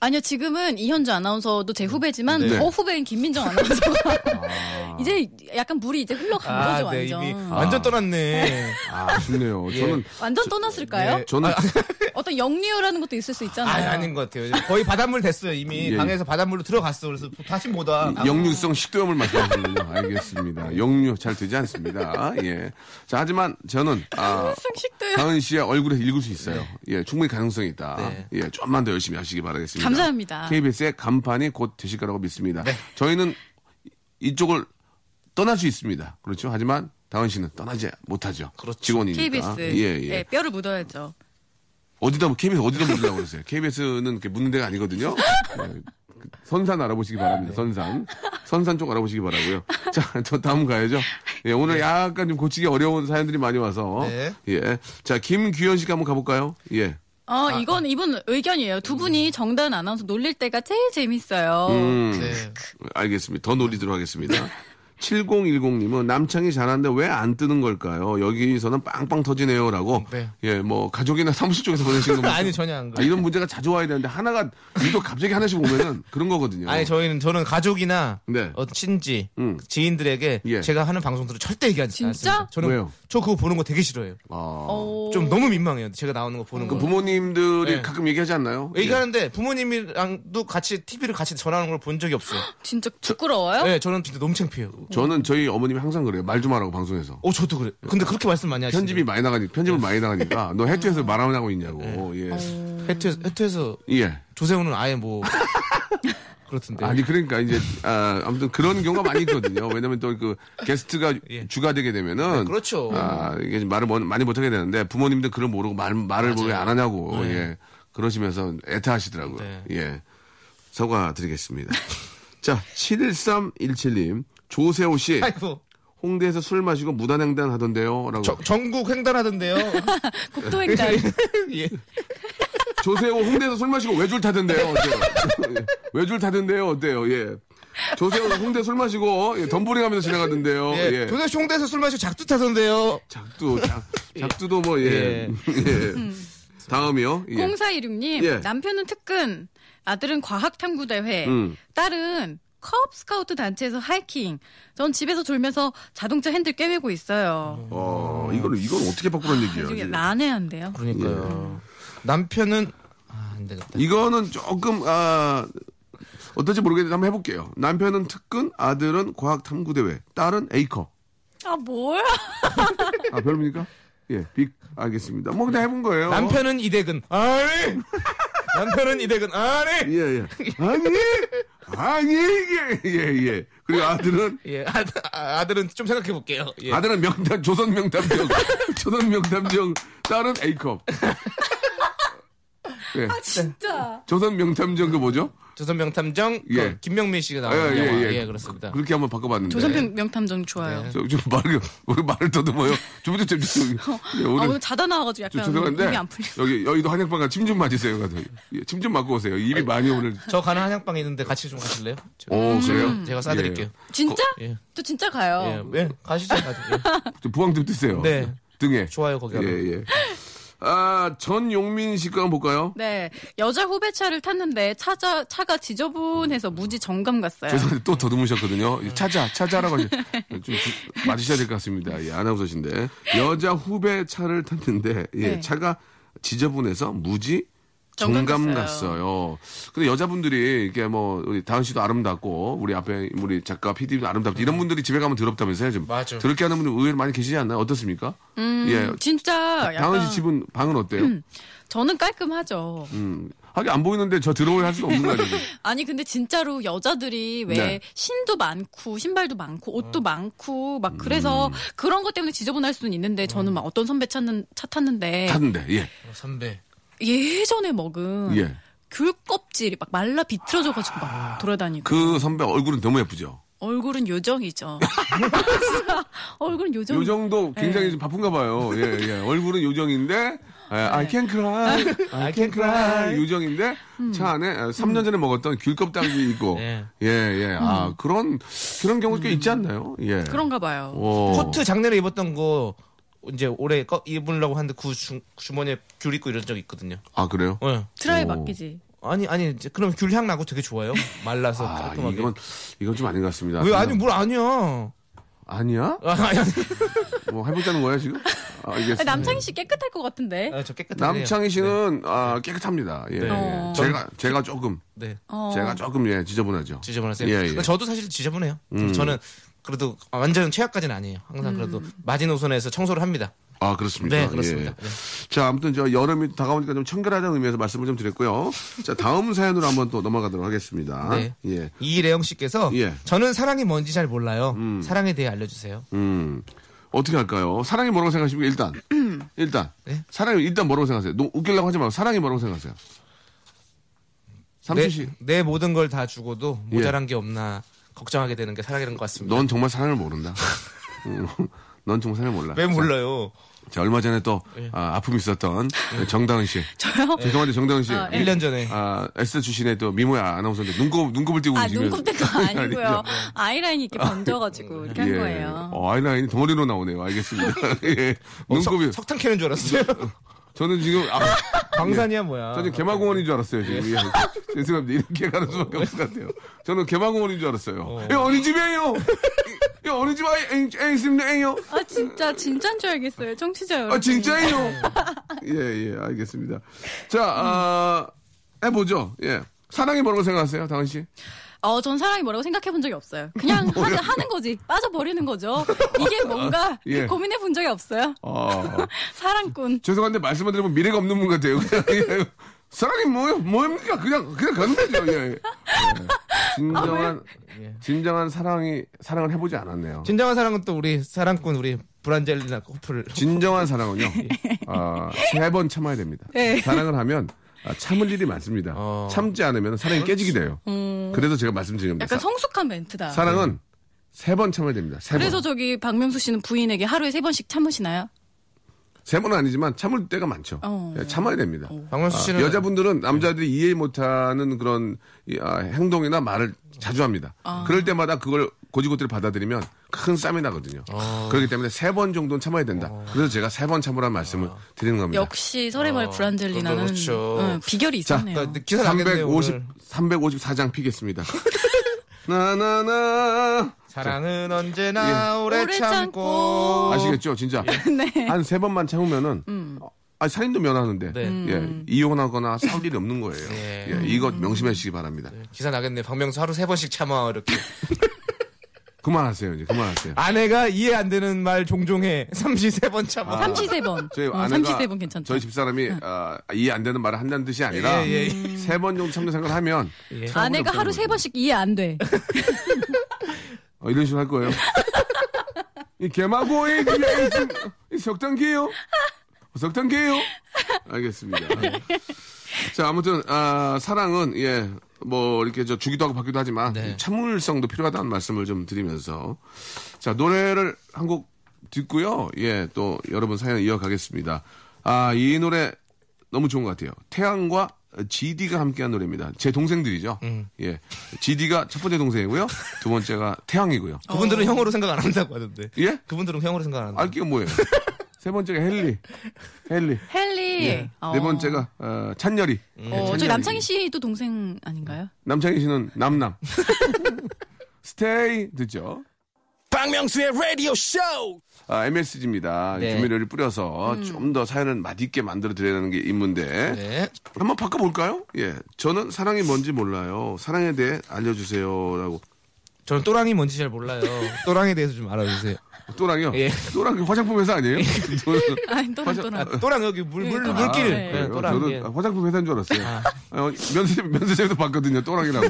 S4: 아니요, 지금은 이현주 아나운서도 제 후배지만
S6: 네.
S4: 더 후배인 김민정 아나운서가 이제 약간 물이 이제 흘러간 거죠, 완전.
S6: 아, 네, 이미 완전 떠났네.
S1: 아, 아쉽네요. 저는
S4: 완전 떠났을까요?
S6: 네.
S1: 저는
S4: 어떤 역류라는 것도 있을 수
S6: 아,
S4: 있잖아요.
S6: 아닌 것 같아요. 거의 바닷물 됐어요. 이미
S1: 예. 음,
S6: 방에서 바닷물로 들어갔어. 그래서 다시 못 와.
S4: 아,
S1: 역류성 식도염을 말씀하시는군요. 알겠습니다. 역류 잘 되지 않습니다. 예. 자, 하지만 저는, 아,
S4: 상식도요.
S1: 다은 씨의 얼굴에서 읽을 수 있어요.
S4: 네.
S1: 예, 충분히 가능성이 있다. 예, 좀만 더 열심히 하시기 바라겠습니다.
S4: 감사합니다. 네.
S1: KBS의 간판이 곧 되실 거라고 믿습니다. 저희는 이쪽을 떠날 수 있습니다. 그렇죠. 하지만 다은 씨는 떠나지 못하죠.
S6: 그렇죠.
S1: 직원이니까.
S4: KBS.
S1: 예, 예.
S4: 네, 뼈를 묻어야죠.
S1: 어디다 뭐 KBS 어디다 묻으려고 그러세요? KBS는 이렇게 묻는 데가 아니거든요. 네, 그 선산 알아보시기 바랍니다. 선산. 선산 쪽 알아보시기 바라고요. 자, 저 다음 가야죠. 예, 오늘 약간 좀 고치기 어려운 사연들이 많이 와서
S6: 네.
S1: 예. 자, 김규현 씨가 한번 가 볼까요? 예.
S4: 어,
S6: 아,
S4: 이건 이분 의견이에요. 두
S1: 음.
S4: 분이 정다은 아나운서 놀릴 때가 제일 재밌어요.
S1: 음.
S6: 네.
S1: 알겠습니다. 더 노리도록 하겠습니다. 7010님은 남창이 잘하는데 왜 안 뜨는 걸까요? 여기서는 빵빵 터지네요라고.
S6: 네.
S1: 예, 뭐 가족이나 사무실 쪽에서 보내신 거 보면
S6: 아니, 전혀 안 그래요.
S1: 아, 이런 문제가 자주 와야 되는데 하나가 유독 갑자기 하나씩 오면은 그런 거거든요.
S6: 아니 저희는 저는 가족이나
S1: 네.
S6: 어, 친지
S1: 음.
S6: 지인들에게
S1: 예.
S6: 제가 하는 방송들을 절대 얘기하지
S4: 진짜?
S6: 않습니다. 저는
S1: 왜요?
S6: 저 그거 보는 거 되게 싫어요.
S1: 아,
S4: 어,
S6: 좀 너무 민망해요. 제가 나오는 거 보는
S1: 그
S6: 거.
S1: 부모님들이
S6: 네.
S1: 가끔 얘기하지 않나요?
S6: 얘기하는데 부모님이랑도 같이 TV를 같이 전하는 걸 본 적이 없어요.
S4: 진짜 부끄러워요?
S6: 네, 저는 진짜 너무 창피해요.
S1: 예. 저는 저희 어머님이 항상 그래요. 말 좀 하라고 방송에서.
S6: 어, 예. 저도 그래. 근데 그렇게 말씀 많이 하시죠.
S1: 편집이 많이 나가니 편집을 많이 나가니까 너 해투에서 말하면 하고 있냐고. 예.
S6: 해투에서, 해투에서
S1: 예.
S6: 조세호는 아예 뭐 그렇던데.
S1: 아니 그러니까 이제 아, 아무튼 그런 경우가 많이 있거든요. 왜냐면 또 그 게스트가 주가 되게 되면은
S6: 예. 네, 그렇죠.
S1: 아, 이게 좀 말을 뭐- 많이 못 하게 되는데 부모님들 그걸 모르고 말, 말을 왜 안 하냐고 예. 그러시면서 애타하시더라고요.
S6: 네.
S1: 예. 사과드리겠습니다. 자, 71317님 조세호 씨
S6: 아이고.
S1: 홍대에서 술 마시고 무단횡단 하던데요라고.
S6: 뭐 저- 전국 횡단하던데요.
S4: 국토행단.
S6: 예.
S1: 조세호 홍대에서 술 마시고 외줄 타던데요. 어때요? 외줄 타던데요. 어때요? 예. 조세호 홍대 술 마시고 예, 덤블링 하면서 지나가던데요.
S6: 예.
S1: 예.
S6: 조세호 씨 홍대에서 술 마시고 작두 타던데요.
S1: 작두, 작, 작두도 뭐, 예.
S6: 예.
S1: 예. 다음이요. 예.
S4: 0416님,
S1: 예.
S4: 남편은 특근, 아들은 과학탐구대회,
S1: 음.
S4: 딸은 컵스카우트 단체에서 하이킹. 전 집에서 졸면서 자동차 핸들 꿰매고 있어요. 그
S1: 어, 이걸, 이걸 어떻게 바꾸란 얘기예요?
S4: 이게
S1: 지금?
S4: 난해한데요.
S6: 그러니까요. 예. 남편은 아, 안 되겠다.
S1: 이거는 조금, 아, 어떨지 모르겠는데 한번 해볼게요. 남편은 특근, 아들은 과학탐구대회, 딸은 에이커.
S4: 아, 뭐야?
S6: 네.
S1: 아, 별로입니까? 예, 빅, 알겠습니다. 뭐, 그냥 해본 거예요.
S6: 남편은 이대근. 어? 아니. 남편은 이대근. 아니.
S1: 예, 예. 아니! 아니, 이게! 예, 예. 그리고 아들은,
S6: 예. 아, 아, 아들은 좀 생각해 볼게요. 예.
S1: 아들은 명탐, 조선 명탐정, 조선 명탐정, 딸은 에이컵. 예.
S4: 진짜.
S6: 네.
S1: 조선 명탐정 그 뭐죠?
S6: 조선명탐정 그
S1: 예.
S6: 김명민 씨가
S1: 예,
S6: 나오는 영화.
S1: 예, 예.
S6: 그렇습니다.
S1: 그렇게 한번 바꿔봤는데.
S4: 조선평 명탐정 좋아요.
S6: 네.
S1: 저, 저 말을, 우리 말을 더듬어요. 주부터 좀, 좀, 예,
S4: 아,
S1: 오늘.
S4: 오늘 자다 나와가지고
S1: 저,
S4: 약간
S1: 죄송한데
S4: 입이 안 풀려.
S1: 여기 여의도 한약방 가 침 좀 맞으세요 가서 예, 침좀 맞고 오세요 입이 많이 오늘
S4: 음.
S6: 저 가는 한약방에 있는데 같이 좀 가실래요? 저- 음,
S1: 오 어, 그래요
S6: 제가 싸드릴게요.
S4: 진짜?
S1: 어,
S6: 예.
S4: 저 진짜 가요.
S6: 예. 예. 가시죠. 가시죠. 예.
S1: 예, 좀 부항 좀 드세요
S6: 네.
S1: 등에
S6: 좋아요, 거기 가면.
S1: 예예 아 전용민 씨거 한번 볼까요
S4: 네. 여자 후배 차를 탔는데 차자, 차가 지저분해서 무지 정감 갔어요.
S1: 죄송한데 또 더듬으셨거든요. 이 찾아, 찾아라고 하시- 좀 주- 맞으셔야 될 것 같습니다. 예, 아나운서신데 여자 후배 차를 탔는데 예,
S4: 네.
S1: 차가 지저분해서 무지 정감
S4: 정감
S1: 갔어요. 근데 여자분들이 이렇게 뭐 우리 다은 씨도 아름답고 우리 앞에 우리 작가 PD도 아름답고 이런 분들이 집에 가면 더럽다면서요. 좀
S6: 맞아.
S1: 더럽게 하는 분들 의외로 많이 계시지 않나요? 어떻습니까? 예.
S4: 진짜
S1: 다은
S4: 음, 약간 음.
S1: 씨 집은 방은 어때요?
S4: 저는 깔끔하죠.
S1: 음. 하긴 안 보이는데 저 들어오야 할 수 없는 거 아니에요?
S4: 아니 근데 진짜로 여자들이 왜
S1: 네.
S4: 신도 많고 신발도 많고 옷도 많고 막
S1: 음.
S4: 그래서 그런 것 때문에 지저분할 수는 있는데 저는 막 어떤 선배 찾는 차 탔는데
S1: 탔는데 예.
S6: 어, 선배.
S4: 예전에 먹은
S1: 예.
S4: 귤 껍질이 막 말라 비틀어져가지고 막 돌아다니고
S1: 그 선배 얼굴은 너무 예쁘죠.
S4: 얼굴은 요정이죠. 얼굴은 요정.
S1: 요 정도
S4: 예.
S1: 굉장히 좀 바쁜가 봐요. 예, 예. 얼굴은 요정인데, 예, I can cry, I can cry. 요정인데, 차 안에 아, 3년 전에 먹었던 귤껍당이 있고,
S6: 예.
S1: 예, 예. 아, 그런, 그런 경우 꽤 있지 않나요? 예.
S4: 음.
S1: 어.
S4: 그런가 봐요.
S1: 오.
S6: 어. 코트 작년에 입었던 거 이제 올해 꺼, 입으려고 하는데 그 주, 주머니에 귤 있고 이런 적 있거든요.
S1: 아, 그래요?
S6: 예.
S4: 드라이
S1: 오.
S4: 맡기지.
S6: 아니 아니 이제 그럼 귤 향 나고 되게 좋아요. 말라서
S1: 아,
S6: 깔끔하게.
S1: 이건, 이건 좀 아닌 것 같습니다.
S6: 왜 아니 뭘 아니야?
S1: 아니야?
S6: 아, 아니, 아니.
S1: 뭐 해보자는 거야, 지금? 아, 알겠습니다. 네.
S4: 남창희 씨 깨끗할 것 같은데.
S6: 아, 저 깨끗해요.
S1: 남창희 씨는 아, 깨끗합니다. 예.
S6: 네.
S1: 예.
S6: 어.
S1: 제가, 제가 조금,
S6: 네.
S4: 어.
S1: 제가 조금, 예, 지저분하죠.
S6: 지저분하세요.
S1: 예, 음. 예.
S6: 근데 저도 사실 지저분해요. 저는 그래도 완전 최악까지는 아니에요.
S4: 음.
S6: 항상 그래도 마지노선에서 청소를 합니다.
S1: 아, 그렇습니다.
S6: 네, 그렇습니다. 네.
S1: 자, 아무튼 저 여름이 다가오니까 좀 청결하다는 의미에서 말씀을 좀 드렸고요. 자, 다음 사연으로 한번 또 넘어가도록 하겠습니다.
S6: 네.
S1: 예.
S6: 이래영 씨께서
S1: 예.
S6: 저는 사랑이 뭔지 잘 몰라요. 사랑에 대해 알려주세요.
S1: 음. 어떻게 할까요? 사랑이 뭐라고 생각하십니까? 일단. 일단.
S6: 네?
S1: 사랑이 일단 뭐라고 생각하세요? 너 웃기려고 하지 말고 사랑이 뭐라고 생각하세요?
S6: 내, 네.
S1: 삼수 씨. 예.
S6: 내 모든 걸 다 주고도 모자란 게 없나 걱정하게 되는 게 사랑이라는 것 같습니다.
S1: 넌 정말 사랑을 모른다. 음, 넌 정말 사랑을 몰라.
S6: 왜 몰라요? 네.
S1: 자, 얼마 전에 또 아, 픔이 있었던 정다은 씨.
S4: 저요?
S1: 죄송한데 정다은 씨.
S4: 아, 예.
S6: 네.
S8: 1년 전에
S1: 아, S 출신의 또 미모야 아나운서인데 눈곱 눈곱을 띄고
S4: 아,
S1: 움직이는.
S4: 눈곱대가 아니고요.
S1: 아니죠. 네.
S4: 아이라인이 이렇게 번져가지고 이렇게 한 거예요.
S1: 어, 아이라인이 덩어리로 나오네요. 알겠습니다. 예. 눈곱이.
S8: 석, 탕 캐는 줄 알았어요.
S1: 저는 지금 아,
S6: 광산이야 뭐야.
S1: 저는 개마공원인 줄 알았어요. 지금. 예. 죄송합니다. 이렇게 가는 수밖에 없을 것 같아요. 저는 개마공원인 줄 알았어요. 어. 예, 어느 집이에요? 예, 어느 집 아이 애, 애 있습니다. 애요.
S4: 아, 진짜, 진짠 줄 알겠어요. 청취자 여러분.
S1: 아 진짜예요. 예, 예, 알겠습니다. 자, 아, 해보죠. 예. 사랑이 뭐라고 생각하세요, 당은 씨?
S4: 어, 전 사랑이 뭐라고 생각해 본 적이 없어요. 그냥 하는, 하는 거지. 빠져버리는 거죠. 이게 뭔가
S1: 예.
S4: 고민해 본 적이 없어요.
S1: 아,
S4: 사랑꾼.
S1: 죄송한데 말씀만 드리면 미래가 없는 분 같아요. 그냥, 예. 사랑이 뭐, 뭐입니까? 그냥, 그냥 가는 거죠. 예, 예. 예. 진정한,
S4: 아,
S1: 진정한 사랑이, 사랑을 해보지 않았네요.
S8: 진정한 사랑은 또 우리 사랑꾼 우리 브란젤리나 커플.
S1: 진정한 사랑은요, 아, 세 번 참아야 됩니다.
S4: 네.
S1: 사랑을 하면, 아, 참을 일이 많습니다.
S8: 어.
S1: 참지 않으면 사랑이 깨지게 돼요. 그래서 제가 말씀드립니다.
S4: 음.
S1: 사-
S4: 약간 그러니까 성숙한 멘트다.
S1: 사랑은 세 번 참아야 됩니다. 세
S4: 그래서
S1: 번.
S4: 저기 박명수 씨는 부인에게 하루에 세 번씩 참으시나요?
S1: 세 번은 아니지만 참을 때가 많죠.
S4: 어.
S1: 예, 참아야 됩니다.
S8: 박명수
S1: 아,
S8: 씨는
S1: 여자분들은 남자들이 이해 못하는 그런 이, 아, 행동이나 말을 자주 합니다.
S8: 아.
S1: 그럴 때마다 그걸 고지고대로 받아들이면 큰 쌈이 나거든요.
S8: 아.
S1: 그렇기 때문에 세 번 정도는 참아야 된다. 그래서 제가 세 번 참으라는 말씀을
S8: 아.
S1: 드리는 겁니다.
S4: 역시 설해말
S1: 아,
S8: 어,
S4: 브란젤리나는
S8: 그렇죠.
S4: 응, 비결이 있었네요.
S8: 그러니까 기사 나겠네요.
S1: 350,
S8: 오늘.
S1: 354장 피겠습니다. 나나나
S8: 사랑은 언제나 오래,
S4: 오래 참고.
S8: 참고.
S1: 예. 아시겠죠? 진짜
S8: 예.
S1: 한 세 번만 참으면은 어, 아 살인도 면하는데
S8: 음. 네.
S1: 예, 이혼하거나 싸울 일이 없는 거예요.
S8: 네.
S1: 예, 이거 명심해 주시기 바랍니다.
S8: 기사 나겠네. 박명수 하루 세 번씩 참아 이렇게.
S1: 그만하세요 이제 그만하세요.
S8: 아내가 이해 안 되는 말 종종 해. 삼시 세 번 참아.
S4: 삼시 세 번.
S1: 저희
S4: 어,
S1: 아내가
S4: 삼시 세 번 괜찮다. 네.
S1: 저희 집사람이 아, 이해 안 되는 말을 한다는 뜻이 아니라
S8: 예, 예,
S1: 세 번 정도 참는 생각을 하면
S4: 예. 아내가 하루 세 번씩 이해 안 돼.
S1: 어, 이런 식으로 할 거예요. 이 개마고의 석탄기예요. 석탄기예요. 알겠습니다. 자 아무튼 아, 사랑은 예 뭐 이렇게 저 주기도 하고 받기도 하지만
S8: 네.
S1: 참을성도 필요하다는 말씀을 좀 드리면서 자 노래를 한 곡 듣고요 예 또 여러분 사연 이어가겠습니다. 아 이 노래 너무 좋은 것 같아요. 태양과 GD가 함께한 노래입니다. 제 동생들이죠.
S8: 음.
S1: 예, GD가 첫 번째 동생이고요. 두 번째가 태양이고요.
S8: 그분들은 형으로 생각 안 한다고 하던데.
S1: 예?
S8: 그분들은 형으로 생각 안 한다.
S1: 알게 뭐예요? 세 번째가 헬리, 헬리.
S4: 헨리.
S8: 아.
S1: 네 번째가 어, 찬열이.
S8: 음.
S4: 어, 저희 남창희 씨도 동생 아닌가요?
S1: 남창희 씨는 남남. 스테이 듣죠.
S3: 박명수의 라디오 쇼.
S1: 아, MSG입니다.
S8: 네. 음.
S1: 조미료를 뿌려서 좀 더 사연을 맛있게 만들어 드리는 게 임무인데
S8: 네.
S1: 한번 바꿔볼까요? 예, 저는 사랑이 뭔지 몰라요. 사랑에 대해 알려주세요라고.
S8: 저는 또랑이 뭔지 잘 몰라요. 또랑에 대해서 좀 알아주세요.
S1: 또랑이요?
S8: 예.
S1: 또랑 화장품 회사 아니에요?
S4: 아니, 또랑,
S1: 맞아.
S4: 또랑.
S8: 아, 또랑 여기 물, 물,
S4: 예,
S8: 물길.
S4: 네.
S8: 예,
S1: 그래요?
S8: 또랑.
S1: 아, 저는
S8: 예.
S1: 화장품 회사인 줄 알았어요. 어, 면세점, 면세점에서 봤거든요. 또랑이라고.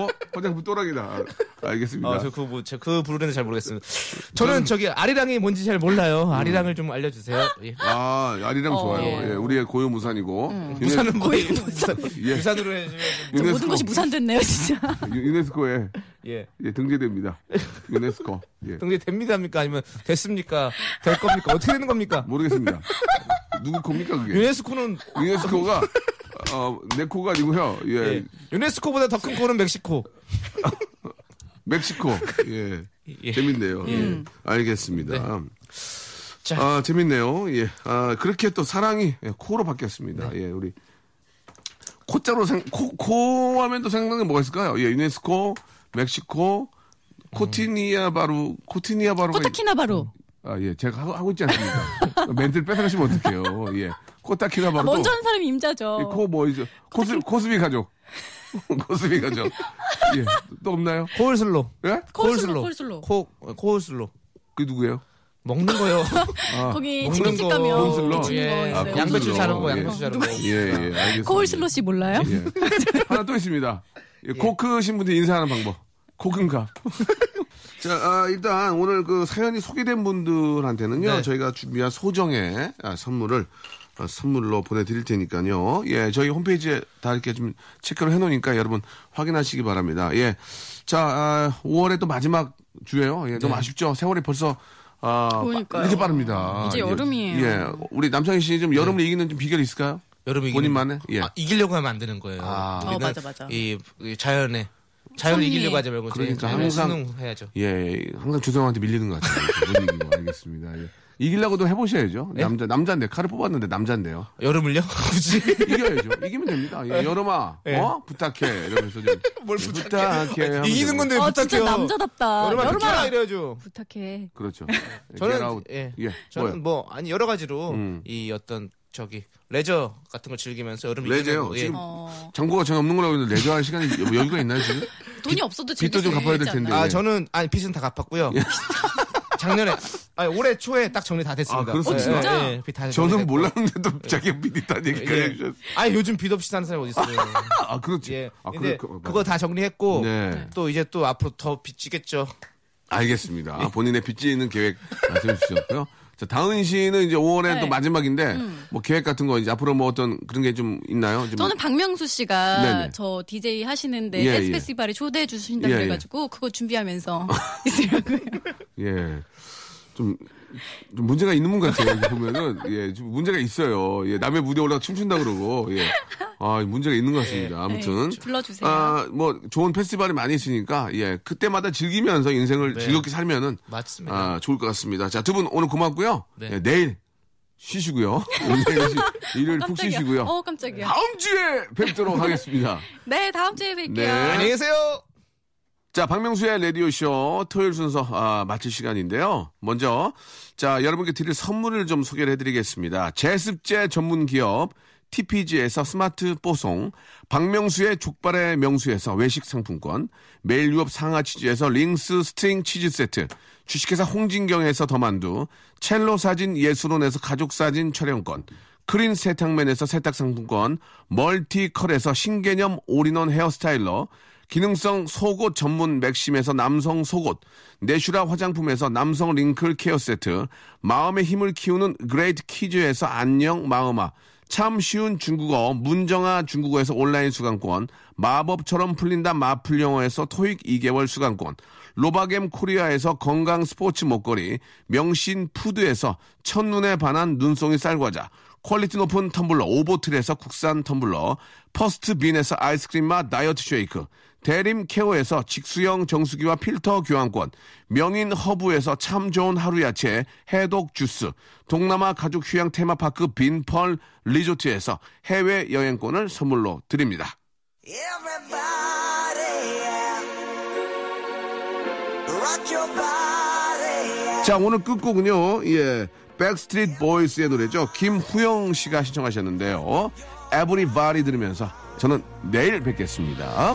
S1: 어? 화장품 또랑이다. 아, 알겠습니다.
S6: 어,
S8: 아, 저 그거 뭐, 제그 부르는 잘 모르겠습니다. 저는 저기 아리랑이 뭔지 잘 몰라요. 아리랑을 좀 알려주세요. 예.
S1: 아, 아리랑 좋아요. 예, 우리의 고유 무산이고. 유네-
S8: 부산은 뭐,
S4: 거의 무산.
S1: 예,
S8: 부산으로 해주면,
S4: 저
S1: 유네스코,
S4: 모든 것이 무산됐네요, 진짜.
S1: 유- 유네스코에
S8: 예.
S1: 예, 등재됩니다. 유네스코. 예.
S8: 등재 됩니다 합니까? 아니면 됐습니까? 될 겁니까? 어떻게 되는 겁니까?
S1: 모르겠습니다. 누구 겁니까,
S8: 예.
S1: 그게?
S8: 유네스코는,
S1: 유네스코가, 어, 내 코가 아니고요. 예.
S8: 예. 유네스코보다 더 큰 코는 멕시코.
S1: 멕시코. 예.
S8: 예. 네.
S1: 재밌네요. 예. 알겠습니다.
S8: 자.
S1: 아, 재밌네요. 예. 아, 그렇게 또 사랑이 예, 코로 바뀌었습니다.
S8: 네.
S1: 예, 우리. 코자로 생, 코, 코 하면 또 생각나는 게 뭐가 있을까요? 예, 유네스코, 멕시코, 코티니아 바루, 코티니아 바루가. 있-
S4: 코타키나바루.
S1: 아, 예. 제가 하고, 하고 있지 않습니까? 멘트를 뺏어가시면 어떡해요. 예. 코타키나 바루.
S4: 먼저 한 사람이 임자죠.
S1: 코뭐 이죠 코스 코스비 가족 코스비 가족 예또 없나요
S8: 코울슬로.
S1: 예
S4: 코울슬로, 코울슬로.
S8: 코, 코울슬로.
S1: 그게 누구예요
S8: 먹는 거요.
S4: 거기
S1: 아, 어. 뭐
S8: 먹는
S4: 치킨집
S8: 거,
S4: 가면
S1: 코울슬로.
S4: 이렇게 주는 거
S8: 예.
S4: 있어요.
S1: 아,
S8: 양배추
S1: 코울슬로.
S8: 자른 거,
S1: 예.
S8: 양배추 자른 거.
S1: 예예 알겠습니다
S4: 코울슬로 씨 몰라요?
S1: 예 하나 또 있습니다 예, 코 크신 분들 인사하는 방법 코근갑 자 아, 일단 오늘 그 사연이 소개된 분들한테는요
S8: 네.
S1: 저희가 준비한 소정의 아, 선물을 아, 선물로 보내드릴 테니까요. 예, 저희 홈페이지에 다 이렇게 좀 체크를 해놓으니까 여러분 확인하시기 바랍니다. 예, 자 아, 5월의 또 마지막 주예요. 예, 너무 아쉽죠. 세월이 벌써 아, 빠-
S4: 네. 그러니까요.
S1: 이렇게 빠릅니다.
S4: 이제
S1: 예.
S4: 여름이에요. 네.
S1: 예, 우리 남창희 씨 좀 여름을 이기는 좀 비결이 있을까요?
S8: 여름 이기는
S1: 본인만의? 예.
S8: 아, 이기려고 하면 안 되는 거예요.
S1: 아.
S8: 우리는
S4: 어, 맞아, 맞아.
S8: 이, 이 자연에 자연을
S4: 섭리에.
S8: 이기려고 하지 말고
S1: 그러니까
S8: 자연에
S1: 항상-
S8: 순응해야죠.
S1: 예, 항상 주성한테 밀리는 것 같아요. 못 이기고. 알겠습니다. 예. 이기려고도 해보셔야죠.
S8: 네?
S1: 남자, 남자인데, 칼을 뽑았는데 남자인데요.
S8: 여름을요? 굳이
S1: 이겨야죠. 이기면 됩니다.
S8: 네.
S1: 예, 여름아, 어? 부탁해. 이러면서 좀. 뭘 부탁해? 하면
S8: 이기는
S1: 돼요. 그-
S8: 건데
S4: 아,
S8: 부탁해요.
S4: 진짜 남자답다.
S8: 여름아
S4: 여름아
S8: 비켜라 이래야죠.
S4: 부탁해.
S1: 그렇죠.
S8: 저는
S1: Get out.
S8: 예,
S1: 예,
S8: 저는
S1: 뭐요?
S8: 뭐 아니 여러 가지로
S1: 음.
S8: 이 어떤 저기 레저 같은 걸 즐기면서 여름 이기는
S1: 레저요?
S8: 거, 예.
S1: 지금
S4: 어,
S1: 장고가 전혀 없는 거라고 했는데, 레저할 시간이 여- 여유가 있나요, 지금?
S8: 네,
S4: 돈이 없어도
S1: 빚도
S4: 즐길
S1: 좀
S4: 수
S1: 갚아야 될
S4: 있지
S1: 텐데. 음.
S4: 않나요?
S8: 아 저는 아니 빚은 다 갚았고요.
S1: 예.
S8: 작년에 아니 올해 초에 딱 정리 다 됐습니다.
S1: 아, 그렇습니까?
S8: 예,
S4: 어, 진짜?
S8: 예, 빚다
S1: 저는
S8: 정리됐고.
S1: 몰랐는데도 자기가 미리 딴 얘기가
S8: 네. 예.
S1: 해주셨어요.
S8: 아니 요즘 빚 없이 사는 사람이 어디 있어요?
S1: 아, 그렇지.
S8: 예.
S1: 아,
S8: 근데
S1: 그렇-
S8: 그거 다 정리했고
S1: 네.
S8: 또 이제 또 앞으로 더 빚지겠죠.
S1: 알겠습니다.
S4: 예.
S1: 본인의 빚지는 계획 말씀해 주셨고요. 자, 다은 씨는 이제 5월에
S4: 네.
S1: 또 마지막인데, 뭐 계획 같은 거, 이제 앞으로 뭐 어떤 그런 게 좀 있나요? 좀
S4: 저는 박명수 씨가
S1: 네네.
S4: 저 DJ 하시는데
S1: 예,
S4: 댄스
S1: 예.
S4: 페스티벌에 초대해 주신다 고
S1: 예, 예.
S4: 그래가지고 그거 준비하면서 있으려고요.
S1: 예. 좀, 좀 문제가 있는 분 같아요. 이렇게 보면은, 예, 좀 문제가 있어요. 예, 남의 무대에 올라가 춤춘다 그러고, 예. 아, 문제가 있는 것 같습니다. 아무튼.
S4: 네, 불러주세요.
S1: 아, 뭐, 좋은 페스티벌이 많이 있으니까, 예, 그때마다 즐기면서 인생을 즐겁게 살면은,
S8: 맞습니다.
S1: 아, 좋을 것 같습니다. 자, 두 분 오늘 고맙고요.
S8: 네.
S1: 예, 내일 쉬시고요. 오늘 내일 쉬- 일요일 푹
S4: 깜짝이야.
S1: 쉬시고요.
S4: 어 깜짝이야.
S1: 다음 주에 뵙도록 하겠습니다.
S4: 네 다음 주에 뵐게요.
S1: 네.
S8: 안녕히 계세요.
S1: 자, 박명수의 라디오쇼 토요일 순서 아, 마칠 시간인데요. 먼저, 자, 여러분께 드릴 선물을 좀 소개를 해드리겠습니다. 제습제 전문 기업 TPG에서 스마트 뽀송, 박명수의 족발의 명수에서 외식 상품권, 매일 유업 상하 치즈에서 링스 스트링 치즈 세트, 주식회사 홍진경에서 더만두, 첼로 사진 예술원에서 가족 사진 촬영권, 크린 세탁맨에서 세탁 상품권, 멀티컬에서 신개념 올인원 헤어스타일러, 기능성 속옷 전문 맥심에서 남성 속옷, 내슈라 화장품에서 남성 링클 케어 세트, 마음의 힘을 키우는 그레이트 키즈에서 안녕 마음아, 참 쉬운 중국어 문정아 중국어에서 온라인 수강권, 마법처럼 풀린다 마플 영어에서 토익 2개월 수강권, 로바겜 코리아에서 건강 스포츠 먹거리, 명신 푸드에서 첫눈에 반한 눈송이 쌀과자, 퀄리티 높은 텀블러 오보틀에서 국산 텀블러 퍼스트 빈에서 아이스크림 맛 다이어트 쉐이크 대림 케어에서 직수형 정수기와 필터 교환권 명인 허브에서 참 좋은 하루 야채 해독 주스 동남아 가족 휴양 테마파크 빈펄 리조트에서 해외 여행권을 선물로 드립니다. 자 오늘 끝곡은요 예 백스트리트 보이스의 노래죠 김후영 씨가 신청하셨는데요 에브리바디 들으면서 저는 내일 뵙겠습니다.